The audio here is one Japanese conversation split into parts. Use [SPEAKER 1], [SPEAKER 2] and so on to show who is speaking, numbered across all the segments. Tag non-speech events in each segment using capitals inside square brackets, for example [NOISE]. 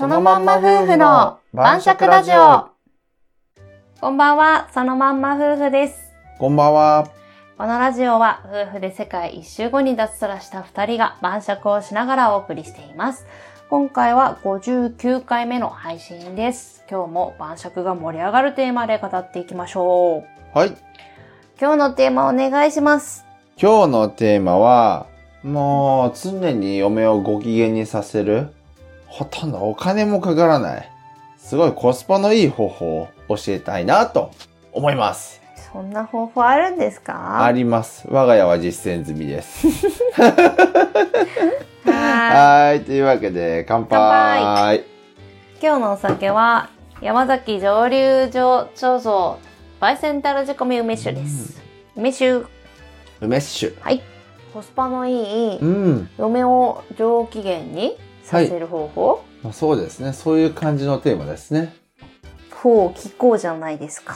[SPEAKER 1] まんま夫婦の晩酌ラジオ。
[SPEAKER 2] こんばんは、そのまんま夫婦です。
[SPEAKER 1] こんばんは。
[SPEAKER 2] このラジオは夫婦で世界一周後に脱サラした二人が晩酌をしながらお送りしています。今回は59回目の配信です。今日も晩酌が盛り上がるテーマで語っていきましょう。
[SPEAKER 1] はい。
[SPEAKER 2] 今日のテーマお願いします。
[SPEAKER 1] 今日のテーマは、もう常に嫁をご機嫌にさせる、ほとんどお金もかからない、すごいコスパのいい方法を教えたいなと思います。
[SPEAKER 2] そんな方法あるんですか
[SPEAKER 1] あります。我が家は実践済みです。
[SPEAKER 2] はーい
[SPEAKER 1] はい。というわけで、乾杯。
[SPEAKER 2] 今日のお酒は山崎蒸留所貯蔵バイセンタル仕込み梅酒です。梅酒、
[SPEAKER 1] 梅酒。
[SPEAKER 2] コスパのいい
[SPEAKER 1] うん。
[SPEAKER 2] 嫁を上機嫌にさせる方法、
[SPEAKER 1] まあそうですね。そういう感じのテーマですね。
[SPEAKER 2] ほう聞こうじゃないですか。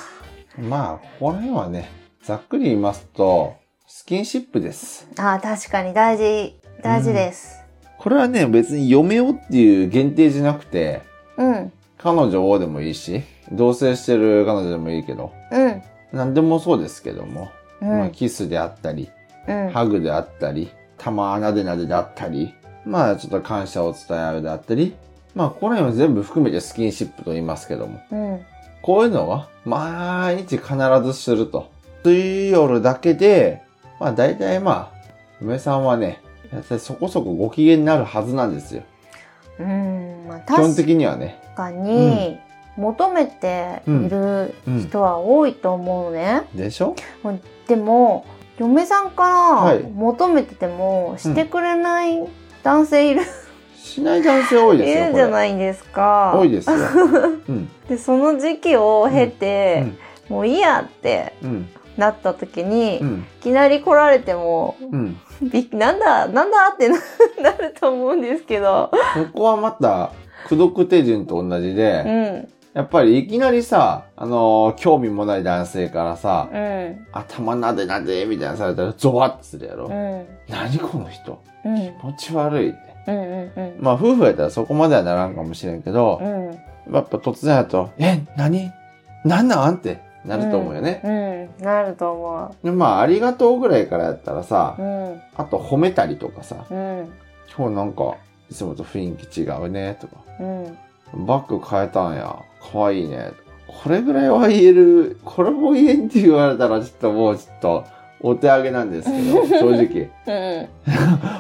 [SPEAKER 1] まあ、ここら辺はね、ざっくり言いますと、スキンシップです。
[SPEAKER 2] ああ、確かに大事、大事です。
[SPEAKER 1] これはね、別に嫁をっていう限定じゃなくて、
[SPEAKER 2] うん、
[SPEAKER 1] 彼女をでもいいし、同棲してる彼女でもいいけど、
[SPEAKER 2] うん、
[SPEAKER 1] 何でもそうですけども、
[SPEAKER 2] う
[SPEAKER 1] まあ、
[SPEAKER 2] ん、
[SPEAKER 1] キスであったり、
[SPEAKER 2] うん、
[SPEAKER 1] ハグであったり、玉穴でなでであったり、まあちょっと感謝を伝え合うであったり、まあここら辺は全部含めてスキンシップと言いますけども、
[SPEAKER 2] うん、
[SPEAKER 1] こういうのは毎日必ずすると。水夜だけで、まあ大体まあ、梅さんはね、大体そこそこご機嫌になるはずなんですよ。
[SPEAKER 2] うん、まあ
[SPEAKER 1] 基本
[SPEAKER 2] 確
[SPEAKER 1] 的にはね。
[SPEAKER 2] かに、求めている人は多いと思うね。
[SPEAKER 1] でしょ
[SPEAKER 2] でも、嫁さんか
[SPEAKER 1] はい
[SPEAKER 2] ら求めててもしてくれない男性いる、
[SPEAKER 1] しない男性多い
[SPEAKER 2] い
[SPEAKER 1] ですよ。
[SPEAKER 2] るじゃ
[SPEAKER 1] い
[SPEAKER 2] ないですか。
[SPEAKER 1] 多いで
[SPEAKER 2] [LAUGHS]
[SPEAKER 1] すよ。うん。
[SPEAKER 2] でその時期を経て、
[SPEAKER 1] うん
[SPEAKER 2] もういいやって
[SPEAKER 1] うん。
[SPEAKER 2] なった時に、
[SPEAKER 1] う
[SPEAKER 2] い
[SPEAKER 1] ん。
[SPEAKER 2] きなり来られても
[SPEAKER 1] うん。
[SPEAKER 2] びなんだなんだってな [LAUGHS] なると思うんですけど、
[SPEAKER 1] そこはまた、苦読手順と同じで、
[SPEAKER 2] うん
[SPEAKER 1] やっぱりいきなりさ、あのー興味もない男性からさ、
[SPEAKER 2] うん
[SPEAKER 1] 頭なでなでみたいなされたらゾワッとするやろ。
[SPEAKER 2] うん
[SPEAKER 1] 何この人
[SPEAKER 2] うんうん
[SPEAKER 1] 気持ち悪いって。
[SPEAKER 2] うんうん
[SPEAKER 1] まあ夫婦やったらそこまではならんかもしれんけど、
[SPEAKER 2] うん
[SPEAKER 1] やっぱ突然やと、え、何なんなんってなると思うよね。
[SPEAKER 2] うんなると思
[SPEAKER 1] でまあありがとうぐらいからやったらさ
[SPEAKER 2] うう、ん
[SPEAKER 1] あと褒めたりとかさ、
[SPEAKER 2] うん
[SPEAKER 1] 今日なんかいつもと雰囲気違うねとか、
[SPEAKER 2] うん
[SPEAKER 1] バッグ変えたんや、かわいいねとか、これぐらいは言える、これも言えんって言われたらちょっともうちょっとお手上げなんですけ
[SPEAKER 2] [LAUGHS]
[SPEAKER 1] ど、正直。
[SPEAKER 2] うん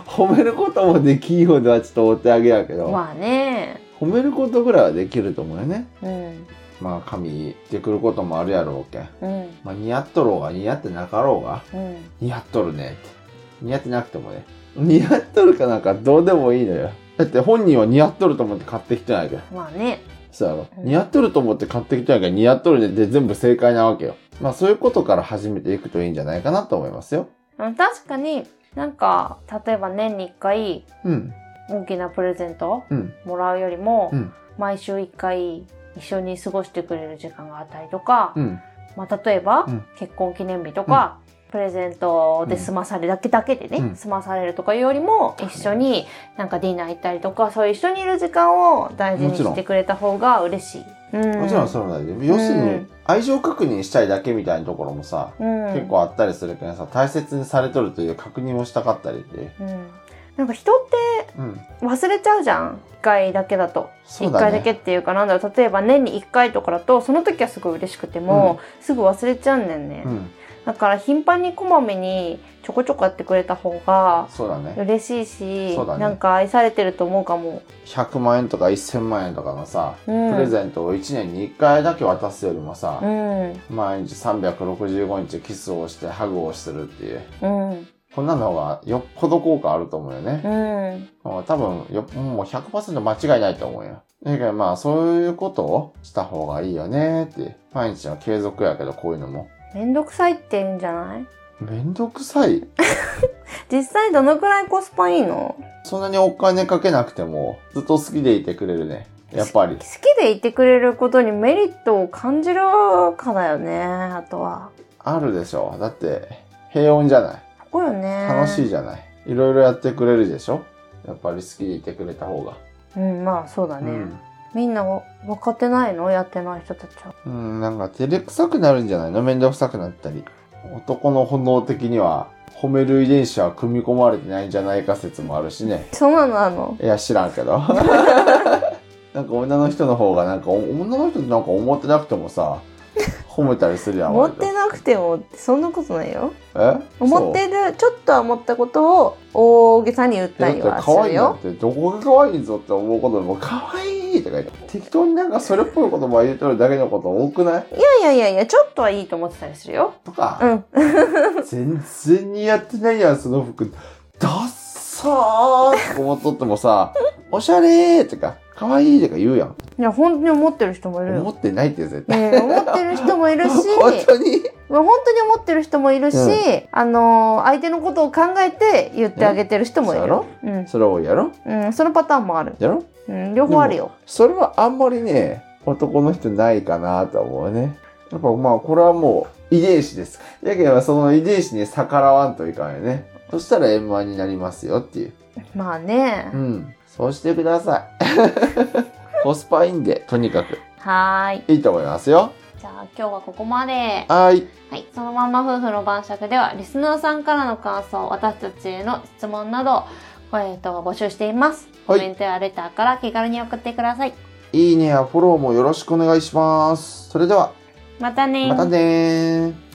[SPEAKER 1] 褒めることもできんようではちょっとお手上げやけど、
[SPEAKER 2] まあね
[SPEAKER 1] 褒めることぐらいはできると思うよね。
[SPEAKER 2] うん
[SPEAKER 1] まあ髪言ってくることもあるやろうけん。
[SPEAKER 2] うん
[SPEAKER 1] まあ似合っとろうが似合ってなかろうが、
[SPEAKER 2] うん
[SPEAKER 1] 似合っとるねって。似合ってなくてもね。似合っとるかなんかどうでもいいのよ。だって本人は似合っとると思って買ってきてないけど。
[SPEAKER 2] まあね
[SPEAKER 1] そうやろ。
[SPEAKER 2] うん
[SPEAKER 1] 似合っとると思って買ってきてないけど、似合っとるねって全部正解なわけよ。まあそういうことから始めていくといいんじゃないかなと思いますよ。
[SPEAKER 2] うん確かになんか例えば年に1回
[SPEAKER 1] うん。
[SPEAKER 2] 大きなプレゼント
[SPEAKER 1] うん。
[SPEAKER 2] もらうよりも、
[SPEAKER 1] うん
[SPEAKER 2] 毎週1回一緒に過ごしてくれる時間があったりとか、
[SPEAKER 1] うん。
[SPEAKER 2] まあ、例えば、
[SPEAKER 1] うん
[SPEAKER 2] 結婚記念日とか、プレゼントで済まされるだけだけでね、
[SPEAKER 1] うん
[SPEAKER 2] 済まされるとかいうよりも一緒になんかディナー行ったりとかそういう一緒にいる時間を大事に
[SPEAKER 1] もちろん
[SPEAKER 2] してくれた方が嬉しい。うん
[SPEAKER 1] もちろんそれは大丈夫。要する
[SPEAKER 2] う
[SPEAKER 1] に
[SPEAKER 2] ん、
[SPEAKER 1] 愛情確認したいだけみたいなところもさ、
[SPEAKER 2] うん、
[SPEAKER 1] 結構あったりするけどさ、大切にされとるという確認をしたかったりって。
[SPEAKER 2] うん、なんか人って
[SPEAKER 1] うん。
[SPEAKER 2] 忘れちゃうじゃん1回だけだと。
[SPEAKER 1] そ
[SPEAKER 2] 一
[SPEAKER 1] うだ
[SPEAKER 2] 回だ
[SPEAKER 1] ね。
[SPEAKER 2] けっていうかなんだろう例えば年に1回とかだとその時はすごい嬉しくても、すぐ忘れちゃうんだよね、
[SPEAKER 1] うん。
[SPEAKER 2] だから頻繁にこまめにちょこちょこやってくれた方が
[SPEAKER 1] そうだね。
[SPEAKER 2] 嬉しいし、
[SPEAKER 1] そうだね
[SPEAKER 2] なんか愛されてると思うかも、
[SPEAKER 1] 100万円とか1000万円とかのさ、
[SPEAKER 2] うん、
[SPEAKER 1] プレゼントを1年に1回だけ渡すよりもさ、
[SPEAKER 2] うん
[SPEAKER 1] 毎日365日キスをしてハグをするっていう。
[SPEAKER 2] うん
[SPEAKER 1] こんなのがよっぽど効果あると思うよね。
[SPEAKER 2] うん
[SPEAKER 1] もう多分よ、もう100%間違いないと思うよ。だけどまあそういうことをした方がいいよねっていう。毎日の継続やけどこういうのも。
[SPEAKER 2] めんどくさいって言うんじゃない
[SPEAKER 1] めんどくさい。
[SPEAKER 2] 実際どのくらいコスパいいの
[SPEAKER 1] そんなにお金かけなくてもずっと好きでいてくれるね。やっぱり
[SPEAKER 2] 好。きでいてくれることにメリットを感じるかだよねあとは
[SPEAKER 1] あるでしょ。だって平穏じゃない。
[SPEAKER 2] ここよね
[SPEAKER 1] 楽しいじゃない。いろいろやってくれるでしょやっぱり好きでいてくれた方が。
[SPEAKER 2] うんまあそうだね、みんな分かってないのやってない人たちは。
[SPEAKER 1] うん、なんか照れくさくなるんじゃないのめんどくさくなったり。男の本能的には、褒める遺伝子は組み込まれてないんじゃないか説もあるしね。
[SPEAKER 2] そうなのあの。
[SPEAKER 1] いや、知らんけど。 [LAUGHS] なんか女の人の方が、なんかお女の人ってなんか思ってなくてもさ、褒めたりするやん。
[SPEAKER 2] 持って
[SPEAKER 1] 割
[SPEAKER 2] なくてもそんなことないよ。
[SPEAKER 1] とえ
[SPEAKER 2] 思ってるちょっとは思ったことを大げさに言っ
[SPEAKER 1] そう
[SPEAKER 2] た
[SPEAKER 1] え
[SPEAKER 2] り
[SPEAKER 1] だ
[SPEAKER 2] は
[SPEAKER 1] って
[SPEAKER 2] す
[SPEAKER 1] 可愛
[SPEAKER 2] る
[SPEAKER 1] いな
[SPEAKER 2] よ
[SPEAKER 1] っ。て、どこが可愛いぞって思うことも、可愛いとか言って、適当になんかそれっぽい言葉言うとるだけのこと多くない
[SPEAKER 2] いやいやいやちょっとはいいと思ってたりするよ。
[SPEAKER 1] とか。
[SPEAKER 2] うん。
[SPEAKER 1] 全然似合ってないやん、その服。ダッサーって思っとってもさ、 [LAUGHS] おしゃれーとか、かわいいとか言うやん。
[SPEAKER 2] いや本当に思ってる人もいる
[SPEAKER 1] 思
[SPEAKER 2] よ。
[SPEAKER 1] ってないって絶対。
[SPEAKER 2] ねえ思ってる人もい [LAUGHS] るし。
[SPEAKER 1] [LAUGHS] 本当に
[SPEAKER 2] まあ本当に思ってる人もいるし、
[SPEAKER 1] うん
[SPEAKER 2] あのー相手のことを考えて言ってあげてる人もいる、うん
[SPEAKER 1] それをやろ
[SPEAKER 2] うん、そのパターンもある、
[SPEAKER 1] やろ
[SPEAKER 2] うん、両方あるよ
[SPEAKER 1] それはあんまりね、男の人ないかなと思うね。やっぱまあ、これはもう遺伝子です。やけどその遺伝子に逆らわんといかんよね。そしたら円満になりますよっていう。
[SPEAKER 2] まあね、
[SPEAKER 1] うん。そうしてください。コスパいい [LAUGHS] んで、とにかく。
[SPEAKER 2] はーい
[SPEAKER 1] いいと思いますよ。
[SPEAKER 2] じゃあ今日はここまで
[SPEAKER 1] はい。
[SPEAKER 2] はい、そのまんま夫婦の晩酌ではリスナーさんからの感想私たちへの質問などえっと募集していますコ
[SPEAKER 1] はい
[SPEAKER 2] メントやレターから気軽に送ってください
[SPEAKER 1] いいねやフォローもよろしくお願いします。それでは、
[SPEAKER 2] またねー
[SPEAKER 1] またねー。